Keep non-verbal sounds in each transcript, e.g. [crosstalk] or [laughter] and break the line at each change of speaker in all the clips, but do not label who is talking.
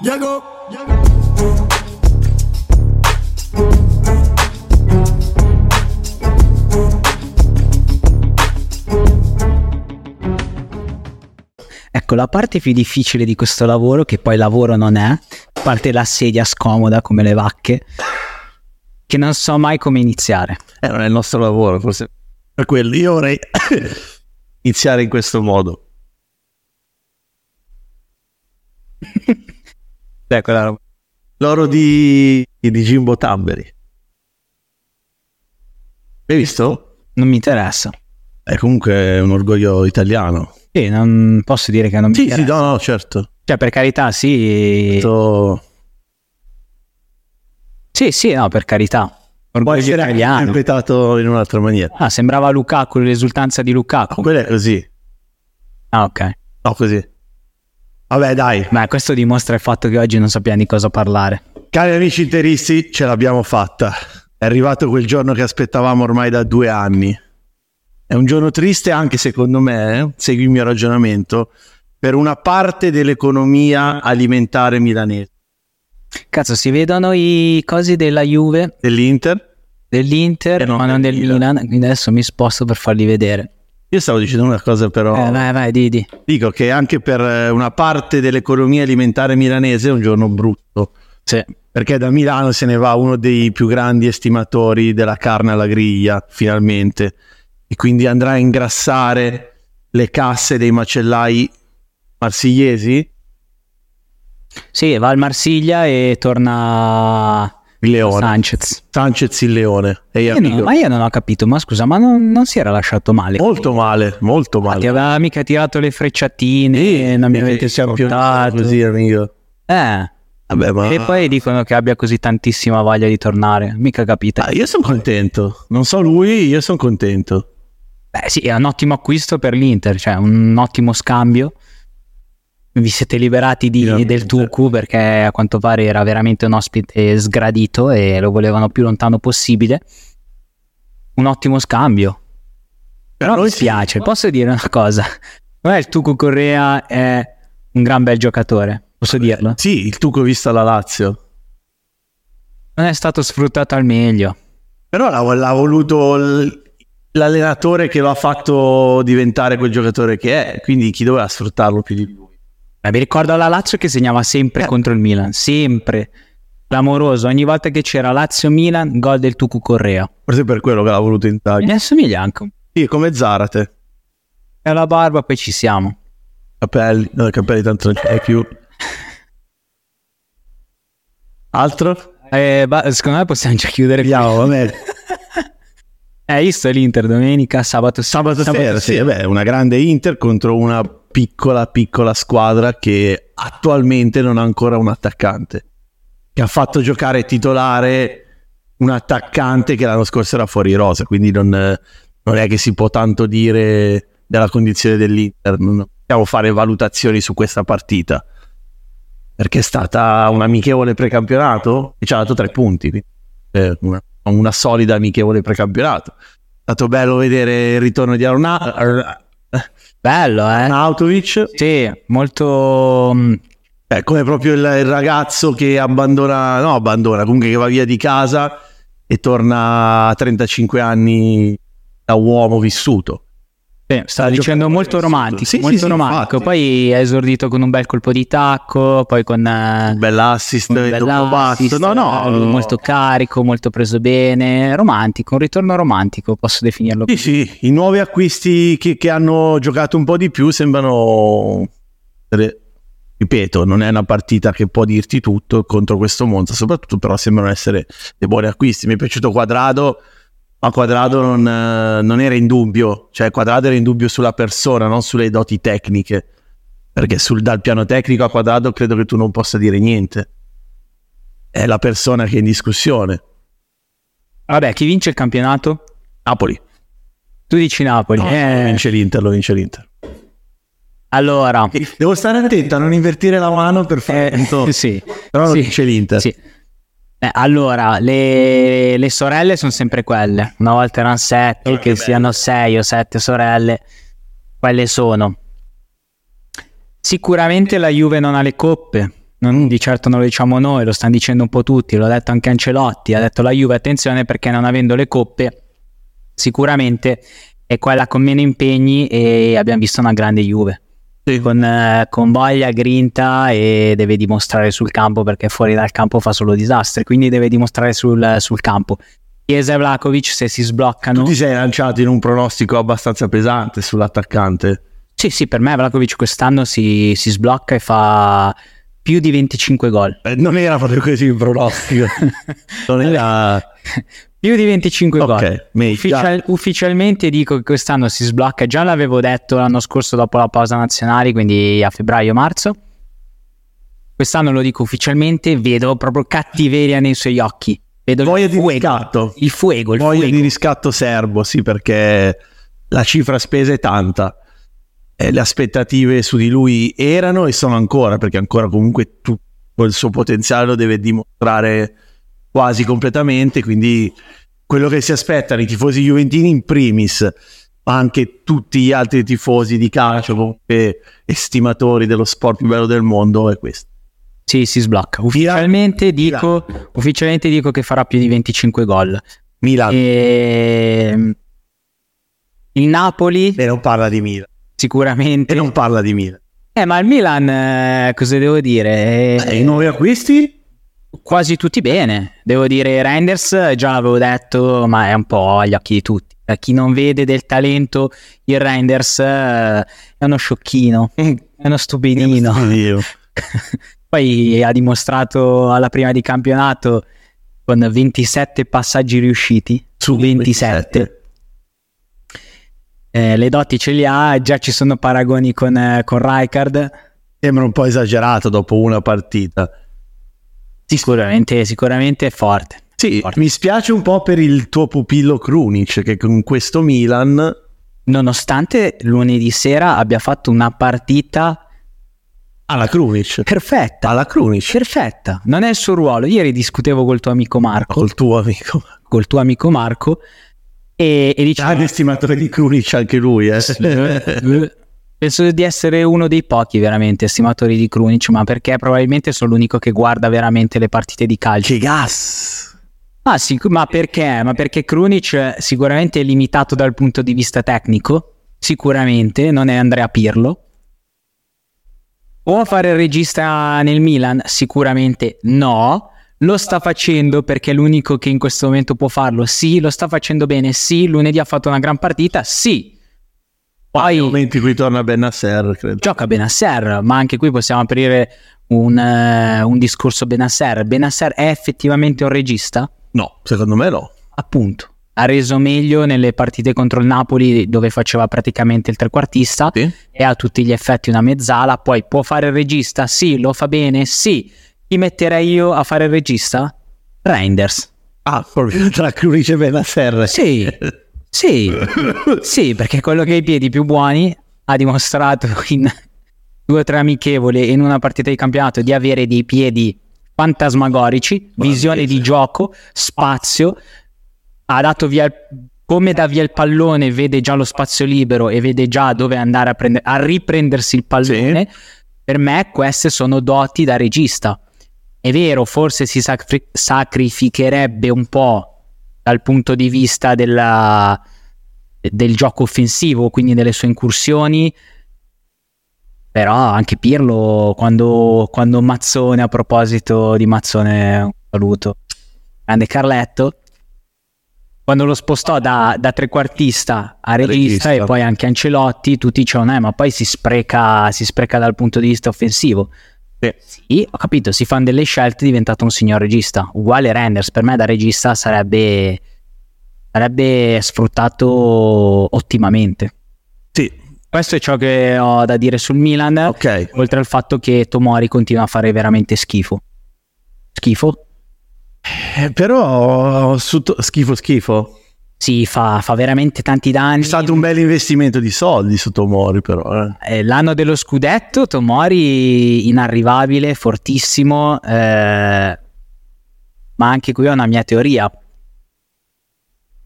Llegó.
Ecco, la parte più difficile di questo lavoro, che poi lavoro non è, a parte la sedia scomoda come le vacche, che non so mai come iniziare.
Eh, non è il nostro lavoro, forse per quello. Io vorrei [coughs] iniziare in questo modo. ecco la roba. L'oro di, di Jimbo Tamberi. L'hai visto?
Non mi interessa.
È comunque un orgoglio italiano. Eh.
Sì, non posso dire che non mi
Sì, Certo. sì,
interessa.
no, no, certo.
Cioè, per carità, sì.
Detto-
Sì, sì, no, per carità.
Può
Orgoglio
essere anche
italiano.
interpretato in un'altra maniera.
Ah, sembrava Lukaku, l'esultanza di Lukaku.
Quello è così.
Ah, ok.
No, così. Vabbè, dai,
Beh, questo dimostra il fatto che oggi non sappiamo di cosa parlare.
cari amici interisti, ce l'abbiamo fatta. È arrivato quel giorno che aspettavamo ormai da due anni. È un giorno triste anche secondo me, eh, segui il mio ragionamento, per una parte dell'economia alimentare milanese.
Cazzo, si vedono i cosi della Juve,
Dell'Inter?
dell'Inter,
Eh no,
ma non del
del
Milan. Quindi adesso mi sposto per farli vedere.
Io stavo dicendo una cosa però...
Eh, vai, vai, Didi.
Dico che anche per eh, una parte dell'economia alimentare milanese è un giorno brutto,
Sì.
perché da Milano se ne va uno dei più grandi estimatori della carne alla griglia, finalmente, e quindi andrà a ingrassare le casse dei macellai marsigliesi,
Sì, va al Marsiglia e torna
il leone,
Sanchez.
Sanchez il leone. E io
Io non-
dico,
ma io non ho capito, ma scusa, ma non, non si era lasciato male?
molto male, molto
Ma Ti
male.
aveva mica tirato le frecciatine, eh, non mi avete ascoltato.
Così, amico.
Eh,
Vabbè, ma...
E poi dicono che abbia così tantissima voglia di tornare, mica capite.
Ah, io sono contento, non so lui, io sono contento.
Beh, sì, è un ottimo acquisto per l'Inter, cioè un ottimo scambio. Vi siete liberati di-
Finalmente.
del Tucu perché a quanto pare era veramente un ospite sgradito e lo volevano più lontano possibile. Un ottimo scambio. Però
Per
mi
noi sì.
piace, posso dire una cosa? Non è il Tucu Correa è un gran bel giocatore, posso dirlo?
Sì, il Tuco vista la Lazio.
Non è stato sfruttato al meglio.
Però l'ha, l'ha voluto l- l'allenatore che lo ha fatto diventare quel giocatore che è, quindi chi doveva sfruttarlo più di lui?
Ma mi ricordo alla Lazio che segnava sempre
Eh.
contro il Milan, sempre clamoroso. Ogni volta che c'era Lazio-Milan, gol del Tucu Correa.
Forse per quello che l'ha voluto in tag.
Mi assomiglia anche. un po'.
Sì, è come Zarate.
È la barba, poi ci siamo.
Capelli, no, capelli tanto non c'è più. Altro?
Eh, ba- secondo me possiamo già chiudere. qui.
Andiamo, vabbè.
[laughs] Eh, Hai visto l'Inter domenica, sabato,
Sabato sera, sì, vabbè, una grande Inter contro una piccola, piccola squadra che attualmente non ha ancora un attaccante. Che ha fatto giocare titolare un attaccante che l'anno scorso era fuori rosa, quindi non, non è che si può tanto dire della condizione dell'Inter. Non possiamo fare valutazioni su questa partita. Perché è stata un amichevole precampionato e ci ha dato tre punti. quindi, eh, una, una solida amichevole precampionato. È stato bello vedere il ritorno di Arna- Ar-
Bello, eh?
Arnautovic,
Sì, molto... mm,
Eh, come proprio il, il ragazzo che abbandona, no abbandona, comunque che va via di casa e torna a 35 anni da uomo vissuto.
Sì, sta
Un giocatore
dicendo molto
vissuto.
romantico,
Sì, sì,
molto
sì,
romantico.
infatti.
Poi ha esordito con un bel colpo di tacco, poi con... eh,
Un bell'assist,
Un
dopo
bell'assist,
basso. "Oh, No, no,
molto carico, molto preso bene, romantico, un ritorno romantico, posso definirlo.
Sì, sì, i nuovi acquisti che, che hanno giocato un po' di più sembrano... re- Ripeto, non è una partita che può dirti tutto contro questo Monza, soprattutto però sembrano essere dei buoni acquisti. Mi è piaciuto Quadrado, ma Quadrado non, eh, non era in dubbio, cioè Quadrado era in dubbio sulla persona, non sulle doti tecniche, perché sul, dal piano tecnico a Quadrado credo che tu non possa dire niente. È la persona che è in discussione.
Vabbè, chi vince il campionato?
Napoli,
Tu dici Napoli. eh.
Lo vince l'Inter, lo vince l'Inter.
[laughs] Allora,
[laughs] Devo stare attento a non invertire la mano per fare punto.
eh, sì.
Però
Sì.
non c'è l'Inter.
Sì. Eh, allora, le, le sorelle sono sempre quelle. Una volta erano sette, che siano sei o sette sorelle, quelle sono. Sicuramente la Juve non ha le coppe. non- di certo non lo diciamo noi, lo stanno dicendo un po' tutti, l'ha detto anche Ancelotti, ha detto la Juve attenzione perché non avendo le coppe sicuramente è quella con meno impegni e abbiamo visto una grande Juve.
Sì.
Con, eh, con voglia, grinta e deve dimostrare sul campo perché fuori dal campo fa solo disastri, quindi deve dimostrare sul, sul campo. Chiesa e Vlahovic se si sbloccano...
Tu ti sei lanciato in un pronostico abbastanza pesante sull'attaccante.
Sì, sì, per me Vlahovic quest'anno si, si sblocca e fa più di 25 gol.
Eh, non era proprio così un [laughs] pronostico. non era...
[laughs] più di 25 gol.
Ok, meglio. Ah,
Ufficial- ufficialmente dico che quest'anno si sblocca, già l'avevo detto l'anno scorso dopo la pausa nazionale, quindi a febbraio-marzo. Quest'anno lo dico ufficialmente, vedo proprio cattiveria nei suoi occhi. Vedo
Voglia
il
di
fuego,
riscatto.
il fuego, il
Voglia
fuego.
di riscatto serbo, sì, perché la cifra spesa è tanta. Eh, le aspettative su di lui erano e sono ancora, perché ancora comunque tutto il suo potenziale lo deve dimostrare quasi completamente. Quindi quello che si aspettano i tifosi juventini in primis, ma anche tutti gli altri tifosi di calcio, comunque estimatori dello sport più bello del mondo, è questo.
Sì, si sblocca. Ufficialmente dico, ufficialmente dico che farà più di 25 gol.
Milan.
Eh. E... mm, Il Napoli
E non parla di Milan.
sicuramente.
E non parla di Milan.
Eh, ma il Milan, eh, cosa devo dire?
E
Eh,
i nuovi acquisti?
Quasi tutti bene. Devo dire, Reinders, eh, già l'avevo detto, ma è un po' agli occhi di tutti. Eh, chi non vede del talento, il Reinders eh, è uno sciocchino, [laughs] è uno stupidino.
Io.
[laughs] Poi ha dimostrato alla prima di campionato con 27 passaggi riusciti su 27. Eh, le doti ce li ha, già ci sono paragoni con, eh, con Rijkaard.
Sembra un po' esagerato dopo una partita.
Sicuramente, sicuramente è forte.
Sì,
Forte.
mi spiace un po' per il tuo pupillo Krunic che con questo Milan
Nonostante lunedì sera abbia fatto una partita
alla Krunic,
perfetta,
alla Krunic
perfetta, non è il suo ruolo. Ieri discutevo col tuo amico Marco,
col tuo amico.
col tuo amico Marco e,
Già
e dicevo,
un estimatore di Krunic anche lui,
[laughs]
eh.
penso di essere uno dei pochi veramente estimatori di Krunic, ma perché probabilmente sono l'unico che guarda veramente le partite di calcio.
che gas.
Ah, sì, ma perché? Ma perché Krunic eh, sicuramente è limitato dal punto di vista tecnico, sicuramente, non è Andrea Pirlo. Può fare il regista nel Milan? Sicuramente no. Lo sta facendo perché è l'unico che in questo momento può farlo? Sì, lo sta facendo bene? Sì, lunedì ha fatto una gran partita? Sì.
Poi Cioè,
Poi
momenti in cui torna Benasser, credo.
gioca Benasser, ma anche qui possiamo aprire un, eh, un discorso Benasser. Benasser è effettivamente un regista?
No, secondo me no.
appunto ha reso meglio nelle partite contro il Napoli dove faceva praticamente il trequartista
Sì.
e ha a tutti gli effetti una mezzala poi può fare il regista sì lo fa bene sì chi metterei io a fare il regista Reinders
Ah, proprio tra Krunic e Benasser.
sì
[laughs]
sì sì perché quello che ha i piedi più buoni ha dimostrato in [laughs] due o tre amichevoli e in una partita di campionato di avere dei piedi fantasmagorici visione di gioco spazio ha dato via il- come dà via il pallone, vede già lo spazio libero e vede già dove andare a, prende- a riprendersi il pallone. Per me, queste sono doti da regista. È vero, forse si sacri- sacrificherebbe un po' dal punto di vista della- del gioco offensivo, quindi delle sue incursioni. Però anche Pirlo, quando, quando Mazzone, a proposito di Mazzone, un saluto, grande Carletto, quando lo spostò da, da trequartista a regista,
Regista.
e poi anche Ancelotti, tutti dicevano, eh, ma poi si spreca, si spreca dal punto di vista offensivo.
Sì.
Sì, ho capito, si fanno delle scelte, è diventato un signor regista. Uguale Renders, per me da regista sarebbe, sarebbe sfruttato ottimamente.
Sì.
Questo è ciò che ho da dire sul Milan,
Ok.
oltre al fatto che Tomori continua a fare veramente schifo. Schifo?
Eh, però su to- schifo schifo.
Sì, fa, fa veramente tanti danni.
È stato un bel investimento di soldi su Tomori, però. eh.
Eh, L'anno dello scudetto, Tomori inarrivabile, fortissimo, eh, ma anche qui ho una mia teoria.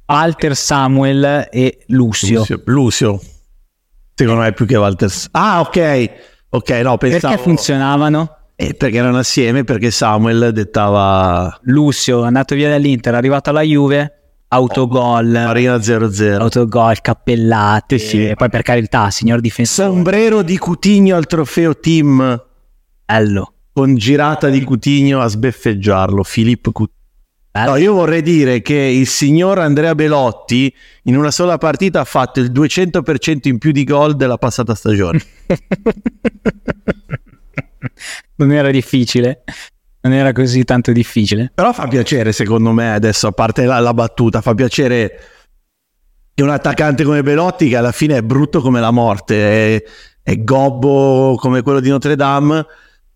Alter Samuel e Lucio.
Lucio. Lucio. Secondo me è più che Walters. Ah, ok. Ok, no, pensavo.
Perché funzionavano?
Eh, perché erano assieme, perché Samuel dettava
Lucio è andato via dall'Inter, è arrivato alla Juve, autogol,
Marina 0-0.
autogol, cappellate,
Sì, sì.
e poi per carità, signor difensore,
Sombrero di Cutigno al trofeo team
bello,
con girata di Cutigno a sbeffeggiarlo, Filippo Cutigno.
bello.
No, io vorrei dire che il signor Andrea Belotti in una sola partita ha fatto il 200% in più di gol della passata stagione.
[laughs] non era difficile, non era così tanto difficile.
Però fa piacere, secondo me, adesso, a parte la, la battuta, fa piacere che un attaccante come Belotti, che alla fine è brutto come la morte, è, è gobbo come quello di Notre Dame,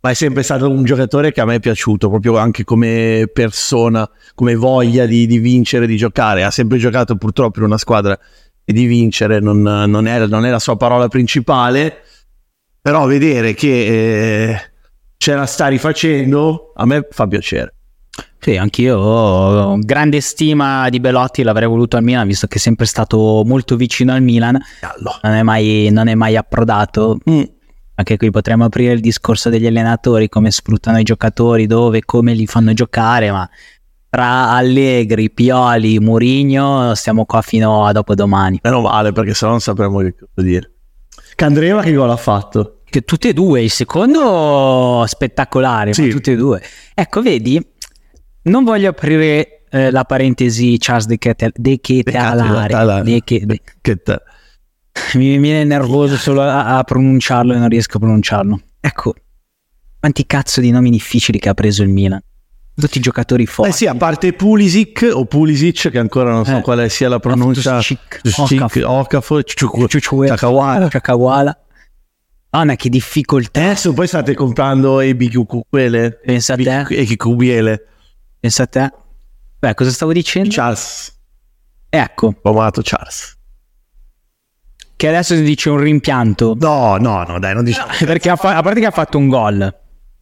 ma è sempre stato un giocatore che a me è piaciuto, proprio anche come persona, come voglia di, di vincere, di giocare. Ha sempre giocato purtroppo in una squadra e di vincere non, non è, non è la sua parola principale, però vedere che eh, ce la sta rifacendo, a me fa piacere.
Sì, anch'io ho grande stima di Belotti, l'avrei voluto al Milan, visto che è sempre stato molto vicino al Milan,
Gallo.
non è mai, non è mai approdato. Mm. Anche qui potremmo aprire il discorso degli allenatori, come sfruttano i giocatori, dove, come li fanno giocare, ma tra Allegri, Pioli, Murigno stiamo qua fino a dopodomani.
Meno male perché sennò non sapremmo che cosa dire. Candreva che gol ha fatto?
Che tutte e due, il secondo spettacolare,
Sì.
ma tutte e due. Ecco, vedi, non voglio aprire eh, la parentesi Charles De, Ketel- De Ketelare,
Catalare.
De Che- De-
Che te-
mi mi viene nervoso solo a, a pronunciarlo e non riesco a pronunciarlo. Ecco, quanti cazzo di nomi difficili che ha preso il Milan. Tutti i giocatori
Eh
forti.
sì, a parte Pulisic o Pulisic, che ancora non so
Eh.
quale sia la pronuncia.
Pulisic,
Pulisic, Okafor, Ciucu-
Ciucue,
Sakawara.
Chakawala. Anna, che difficoltà.
Adesso poi state comprando e Bicucuele
Pensa a te.
e Chicubiele.
Pensa a te. Beh, cosa stavo dicendo?
Diciamo. Charles,
Ecco,
ho amato Charles.
che adesso si dice un rimpianto.
No, no, no, dai, non diciamo.
Perché ha fa- a parte che ha fatto un gol.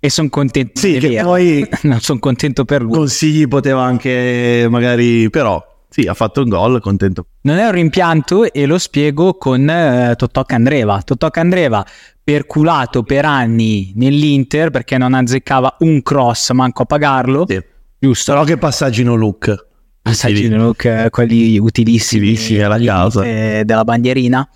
E sono contento.
Sì,
è
che
vero. [laughs]
poi
Non sono contento per lui.
consigli poteva anche magari, però sì, ha fatto un gol, contento.
Non è un rimpianto e lo spiego con eh, Totò Candreva. Totò Candreva perculato per anni nell'Inter perché non azzeccava un cross manco a pagarlo.
Sì.
Giusto.
Però che passaggino look.
Passaggi Luke, eh, quelli utilissimi,
Utilissimi alla causa.
eh, della bandierina.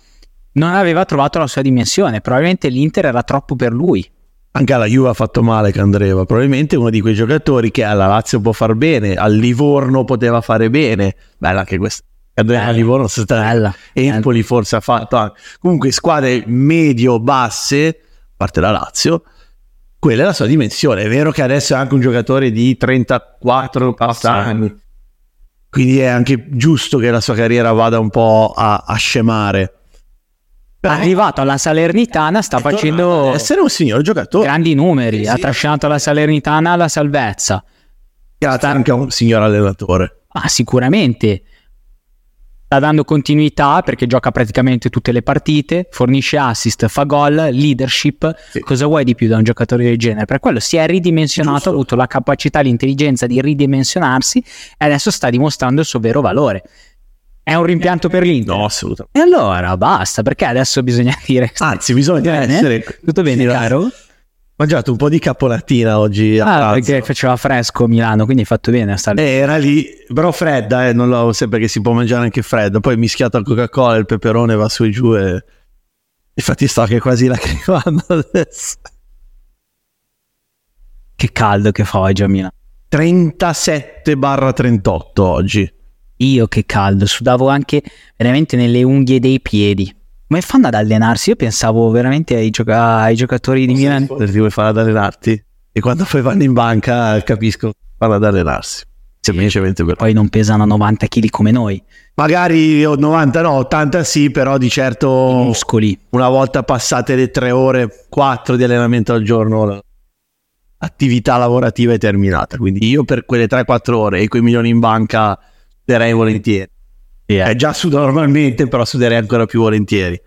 Non aveva trovato la sua dimensione. Probabilmente l'Inter era troppo per lui.
Anche alla Juve ha fatto male Candreva, probabilmente uno di quei giocatori che alla Lazio può far bene, al Livorno poteva fare bene. Bella anche questa. Candreva
Bella.
al Livorno se sta-
Bella.
Empoli forse ha fatto anche. Comunque squadre medio-basse, a parte la Lazio, quella è la sua dimensione. È vero che adesso è anche un giocatore di 34 passa
Sì.
anni. Quindi è anche giusto che la sua carriera vada un po' a, a scemare. Però
Arrivato alla Salernitana, sta
è tornato eh,
facendo
ad essere un signor giocatore.
grandi numeri.
Sì,
ha
Esatto. sì.
trascinato la Salernitana alla salvezza.
Grazie anche a un signor allenatore.
Ah, sicuramente. Sta dando continuità perché gioca praticamente tutte le partite, fornisce assist, fa gol, leadership.
Sì.
Cosa vuoi di più da un giocatore del genere? Per quello si è ridimensionato,
Giusto.
ha avuto la capacità, l'intelligenza di ridimensionarsi e adesso sta dimostrando il suo vero valore. È un rimpianto per l'Inter.
No, assolutamente.
E allora basta, perché adesso bisogna [laughs] dire...
Anzi, bisogna
Bene?
essere.
Tutto bene,
Ah, Sì,
caro?
Ho mangiato un po' di capolatina oggi. a
Ah,
pranzo.
perché faceva fresco a Milano, quindi hai fatto bene a stare...
Eh, era lì, però fredda, eh, non l'avevo sempre che si può mangiare anche fredda. Poi mischiato al Coca-Cola, il peperone va su e giù. E... Infatti, sto anche quasi [laughs] lacrimando adesso.
Che caldo che fa oggi a Milano.
37-38 oggi.
Io che caldo, sudavo anche veramente nelle unghie dei piedi. Come fanno ad allenarsi? Io pensavo veramente ai, gioca- ai giocatori di Milan.
Ti vuoi fare ad allenarti? E quando poi vanno in banca, capisco, vanno ad allenarsi. Semplicemente per
Poi non pesano 90 kg come noi,
Magari o 90 no, 80 sì, però di certo
muscoli.
una volta passate le 3 ore, 4 di allenamento al giorno, la- l'attività lavorativa è terminata. Quindi io per quelle 3-4 ore e quei milioni in banca suderei volentieri. Eh, già sudo normalmente, però suderei ancora più volentieri.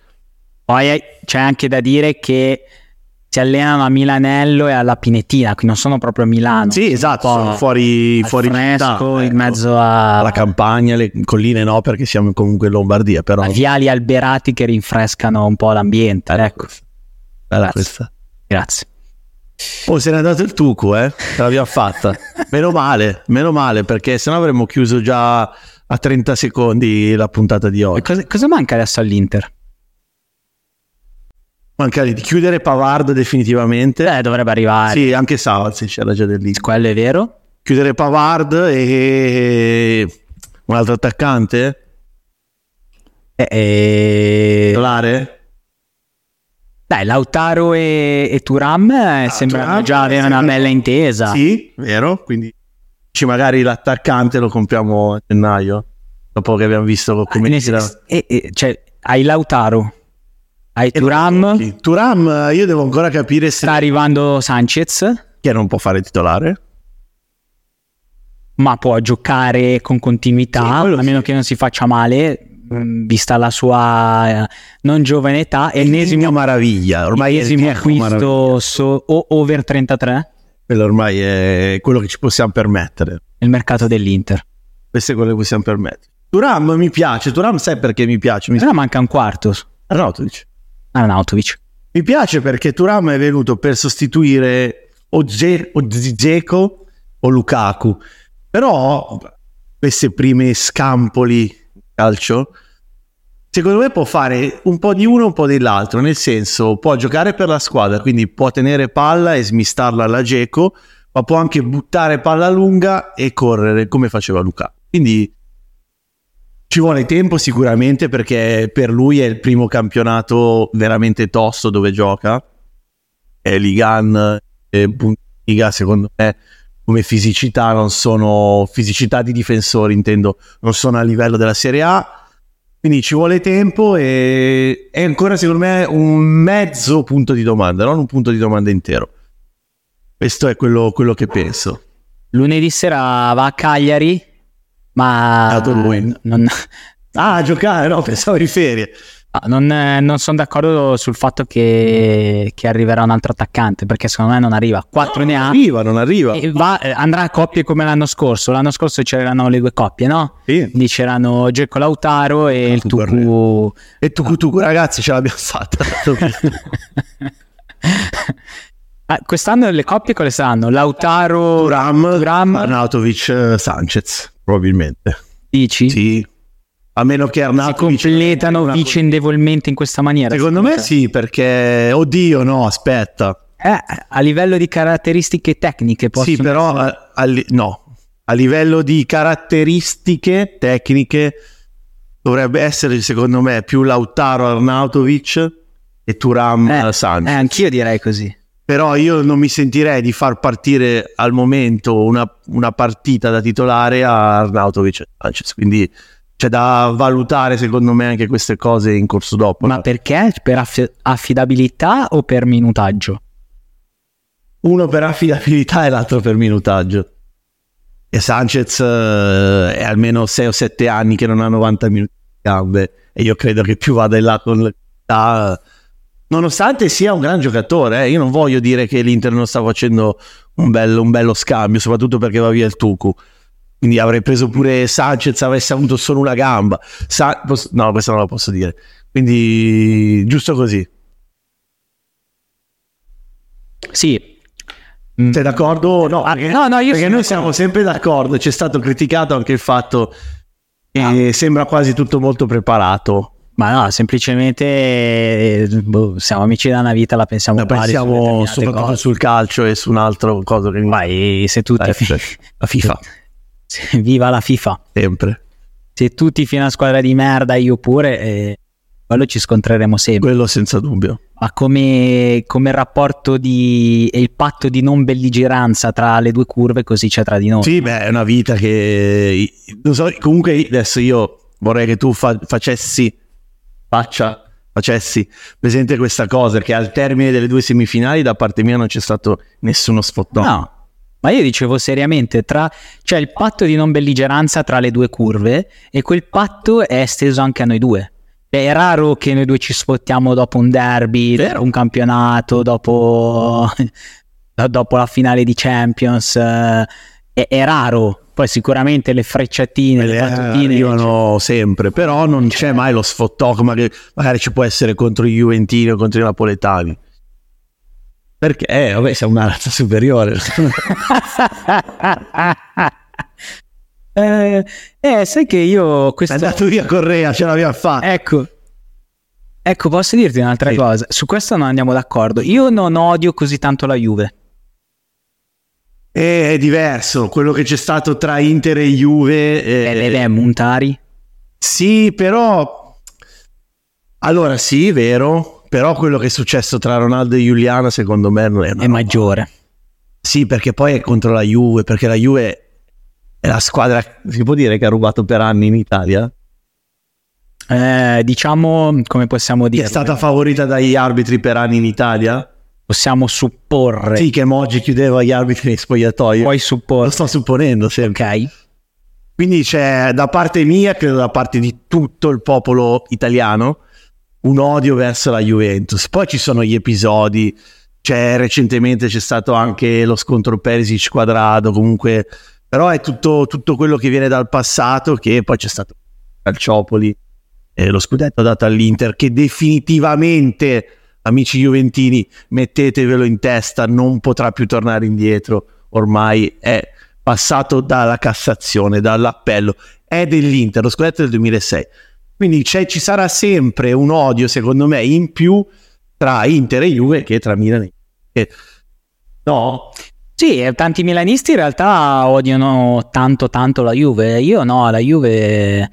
Poi eh, c'è anche da dire che si allenano a Milanello e alla Pinetina, quindi non sono proprio a Milano.
Sì, esatto,
po'
sono fuori,
al
fuori città,
fresco, in
ecco.
mezzo a,
alla campagna, le colline no, perché siamo comunque in Lombardia, però...
a viali alberati che rinfrescano un po' l'ambiente. Ecco,
Bella
Grazie.
questa.
grazie.
Oh, se n'è andato il tuco, eh? Ce l'abbiamo fatta. Meno male, meno male, perché sennò avremmo chiuso già a 30 secondi la puntata di
E
oggi.
Cosa, cosa manca adesso all'Inter?
Manca di chiudere Pavard definitivamente.
Eh, dovrebbe arrivare.
Sì, anche Savaz c'era già lì.
Quello è vero.
Chiudere Pavard e un altro attaccante?
Eh, eh,
Titolare?
Dai, Lautaro e, e Turam eh, sembrano
Ah, Thuram,
già avere una
sembra-
bella intesa.
Sì, vero? Quindi ci magari l'attaccante lo compriamo a gennaio, dopo che abbiamo visto
Eh,
come
nel
gira.
senso- eh, eh, cioè, hai Lautaro, hai Turam,
Sì, Turam, io devo ancora capire se
sta arrivando Sanchez,
che non può fare titolare.
ma può giocare con
Sì,
continuità,
quello
a meno
sì.
che non si faccia male, mh, vista la sua eh, non giovane età,
Ennesima
ennesimo,
maraviglia, ormai è il
ennesimo
Diego maraviglia.
acquisto so- o over 33
Quello ormai è quello che ci possiamo permettere.
nel mercato dell'Inter.
Questo è quello che possiamo permettere. Turam mi piace, Turam sai perché mi piace? Mi...
Ora manca un quarto,
Arnautovic.
Arnautovic.
Mi piace perché Turam è venuto per sostituire o Ze- o Zizeko o Lukaku. Però queste prime scampoli di calcio secondo me può fare un po' di uno un po' dell'altro, nel senso può giocare per la squadra, quindi può tenere palla e smistarla alla Geco, ma può anche buttare palla lunga e correre come faceva Lukaku. Quindi ci vuole tempo sicuramente perché per lui è il primo campionato veramente tosto dove gioca. E Ligan e Bundesliga secondo me come fisicità non sono fisicità di difensori intendo, non sono a livello della Serie A. Quindi ci vuole tempo e è ancora secondo me un mezzo punto di domanda, non un punto di domanda intero. Questo è quello, quello che penso.
Lunedì sera va a Cagliari, ma
Ad Halloween.
non,
Ah, a giocare, no, pensavo di ferie.
Ah, Non, eh, non sono d'accordo sul fatto che, che arriverà un altro attaccante, perché secondo me non arriva. 4 ne ha.
Arriva, non arriva.
E va- eh, andrà a coppie come l'anno scorso. L'anno scorso c'erano le due coppie, no?
Sì.
Quindi c'erano Geco Lautaro e il
Tucu
Tucu.
E tu, tu, ragazzi, ce l'abbiamo
[laughs]
fatta.
Ah, quest'anno le coppie quale saranno? Lautaro,
Turam,
Thuram?
Arnautovic, eh, Sanchez, probabilmente.
dici?
Sì. A meno che
si
Arnautovic...
completano
una-
vicendevolmente in questa maniera.
Secondo me sì, perché... Oddio, no, aspetta.
Eh, a livello di caratteristiche tecniche, possono
Sì, però... a- a li- no. A livello di caratteristiche tecniche dovrebbe essere, secondo me, più Lautaro Arnautovic e Turam eh, Sanchez.
eh, anch'io direi così.
però io non mi sentirei di far partire al momento una, una partita da titolare a Arnautovic e Sanchez, quindi c'è da valutare secondo me anche queste cose in corso dopo.
Ma
No?
perché? Per affi- affidabilità o per minutaggio?
Uno per affidabilità e l'altro per minutaggio. E Sanchez eh, è almeno 6 o 7 anni che non ha 90 minuti di gambe e io credo che più vada in là con la ah, Nonostante sia un gran giocatore, eh, io non voglio dire che l'Inter non sta facendo un bello, un bello scambio, soprattutto perché va via il Tucu. Quindi avrei preso pure Sanchez, avesse avuto solo una gamba. Sa- posso- no, questa non la posso dire. Quindi giusto così.
Sì. Mm.
Sei d'accordo o no?
Ah, no, no, io
perché
sono
noi siamo sempre d'accordo. C'è stato criticato anche il fatto che sembra quasi tutto molto preparato.
Ma no, semplicemente eh, boh, siamo amici da una vita, la pensiamo
Ma
uguali su
pensiamo
determinate
soprattutto
cose.
sul calcio e su un altro cosa che
Vai, se tu ti
Eh,
fi-
la FIFA
se- [laughs] viva la FIFA.
sempre.
Se tu tifi una squadra di merda, io pure, eh, quello ci scontreremo sempre.
Quello senza dubbio.
Ma come, come rapporto di, e il patto di non belligeranza tra le due curve, così c'è tra di noi.
Sì, beh, è una vita che non so, comunque adesso io vorrei che tu fa- facessi faccia facessi presente questa cosa che al termine delle due semifinali da parte mia non c'è stato nessuno sfottò.
No. Ma io dicevo seriamente, tra, c'è il patto di non belligeranza tra le due curve e quel patto è esteso anche a noi due. Cioè, è raro che noi due ci sfottiamo dopo un derby,
Vero.
dopo un campionato, dopo, [laughs] do- dopo la finale di Champions. eh, È, è raro. Poi sicuramente le frecciatine, le
Eh,
battutine...
arrivano sempre, però non c'è, mai lo sfottò come che magari ci può essere contro i Juventini o contro i Napoletani. Perché? Eh, vabbè, sei una razza superiore.
[laughs] eh, eh, sai che io
è
questo...
andato via Correa, ce l'abbiamo fatta.
Ecco. Ecco, posso dirti un'altra
Ah. Sì.
cosa? Su questo non andiamo d'accordo. Io non odio così tanto la Juve.
Eh, è diverso quello che c'è stato tra Inter e Juve. eh,
Eh, beh, beh, Montari.
Sì, però. Allora, sì, vero. Però quello che è successo tra Ronaldo e Giuliana, secondo me, non è. una
è maggiore.
Sì, perché poi è contro la Juve, perché la Juve è la squadra, si può dire che ha rubato per anni in Italia?
Eh, diciamo, come possiamo
Che
dire?
è stata favorita dagli arbitri per anni in Italia?
Possiamo supporre.
Sì, che Moggi chiudeva gli arbitri nei spogliatoi.
Puoi
Lo
supporre.
sto supponendo sempre.
Ok.
Quindi c'è da parte mia, credo da parte di tutto il popolo italiano, un odio verso la Juventus. Poi ci sono gli episodi, c'è, recentemente c'è stato anche lo scontro Perisic quadrado, comunque, però è tutto, tutto quello che viene dal passato, che poi c'è stato Calciopoli, eh, lo scudetto dato all'Inter, che definitivamente, amici juventini, mettetevelo in testa, non potrà più tornare indietro, ormai è passato dalla Cassazione, dall'appello, è dell'Inter, lo scudetto del 2006. Quindi c'è- ci sarà sempre un odio, secondo me, in più tra Inter e Juve che tra Milan e eh, No?
Sì, e tanti milanisti in realtà odiano tanto tanto la Juve. Io no, la Juve.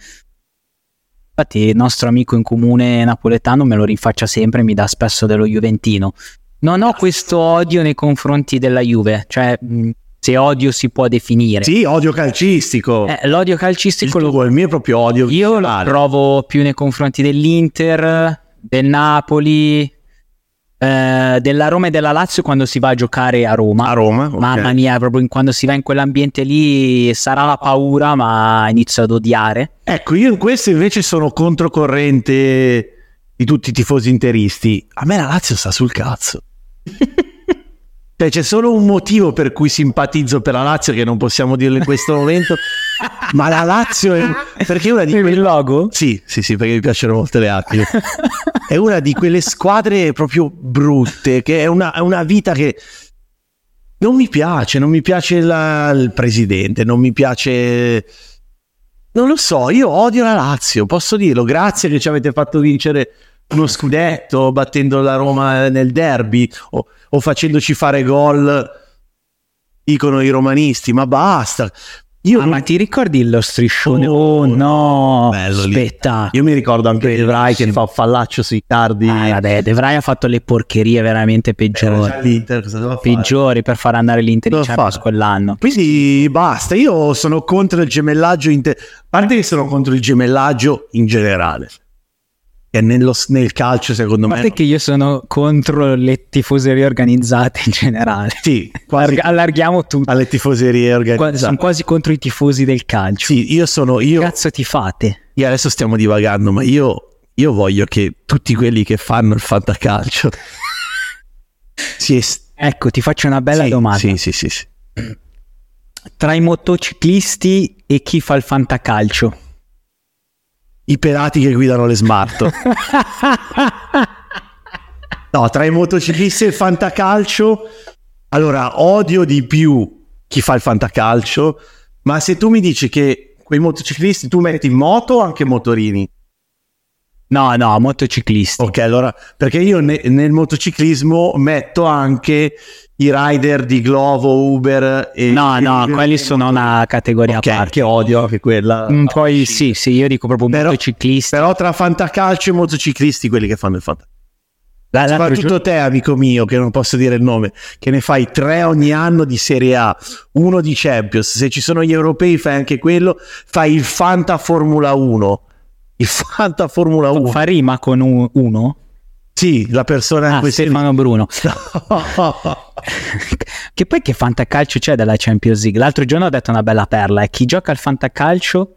Infatti, il nostro amico in comune napoletano me lo rinfaccia sempre, mi dà spesso dello Juventino. Non ho questo odio nei confronti della Juve, cioè mh, se odio si può definire.
Sì, odio calcistico.
Eh, l'odio
il,
calcistico lo
tuo, il mio è proprio odio.
io lo
viscerale.
trovo più nei confronti dell'Inter, del Napoli, eh, della Roma e della Lazio quando si va a giocare a Roma.
a Roma. ok.
Mamma mia, proprio in- quando si va in quell'ambiente lì sarà la paura, ma inizio ad odiare.
Ecco, io in questo invece sono controcorrente di tutti i tifosi interisti. A me la Lazio sta sul cazzo. cioè, c'è solo un motivo per cui simpatizzo per la Lazio, che non possiamo dirlo in questo
[laughs]
momento. ma la Lazio è. Perché è una di
Il logo?
Sì, sì, sì, perché mi piacciono molto le arti. È una di quelle squadre proprio brutte, che è una, è una vita che non mi piace, non mi piace la- il presidente, non mi piace... Non lo so, io odio la Lazio, posso dirlo, grazie che ci avete fatto vincere uno scudetto battendo la Roma nel derby o, o facendoci fare gol, dicono i romanisti, ma basta. Io
Ah,
non-
ma ti ricordi lo striscione?
Oh,
Oh, no,
bello lì.
aspetta.
Io mi ricordo anche De Vrij che fa fallaccio sui cardi.
Ah, vabbè, De Vrij ha fatto le porcherie veramente
Era già
peggiori,
l'Inter, cosa doveva fare?
peggiori per far andare l'Inter in
Cosa
Champions
fa?
quell'anno.
Quindi basta, io sono contro il gemellaggio, inter- a parte che sono contro il gemellaggio in generale, che nello- nel calcio secondo
A
me...
parte che io sono contro le tifoserie organizzate in generale.
Sì, quasi
Allarg- allarghiamo tutto.
alle tifoserie
Qua-
organizzate.
Sono quasi contro i tifosi del calcio.
Eh, esatto. Sì, io sono... Io,
Cazzo ti fate?
io adesso stiamo divagando, ma io, io voglio che tutti quelli che fanno il
[laughs]
fantacalcio si est-
Ecco, ti faccio una bella
sì,
domanda.
Sì, sì, sì, sì.
tra i motociclisti e chi fa il fantacalcio.
I pelati che guidano le smarto. No, tra i motociclisti e il fantacalcio, allora odio di più chi fa il fantacalcio, ma se tu mi dici che quei motociclisti tu metti moto o anche motorini?
no, no, motociclisti.
Ok, allora, perché io ne- nel motociclismo metto anche i rider di Glovo, Uber e...
No, no, quelli sono una categoria a
Ok,
parte.
che odio anche quella.
Mm, Poi sì, sì, io dico proprio
Però-
motociclisti.
Però tra fantacalcio e motociclisti quelli che fanno il fantacalcio.
Dai, l'altro
Soprattutto te, amico mio, che non posso dire il nome, che ne fai tre ogni anno di Serie A, uno di Champions. Se ci sono gli europei, fai anche quello. Fai il Fanta Formula 1. Il Fanta Formula
giorno
1.
fa rima con u- uno.
Sì, la persona in
Ah,
questione.
Stefano Bruno. [laughs]
[laughs] No.
che poi che fantacalcio c'è della Champions League? L'altro giorno ho detto una bella perla. eh. Chi gioca al fantacalcio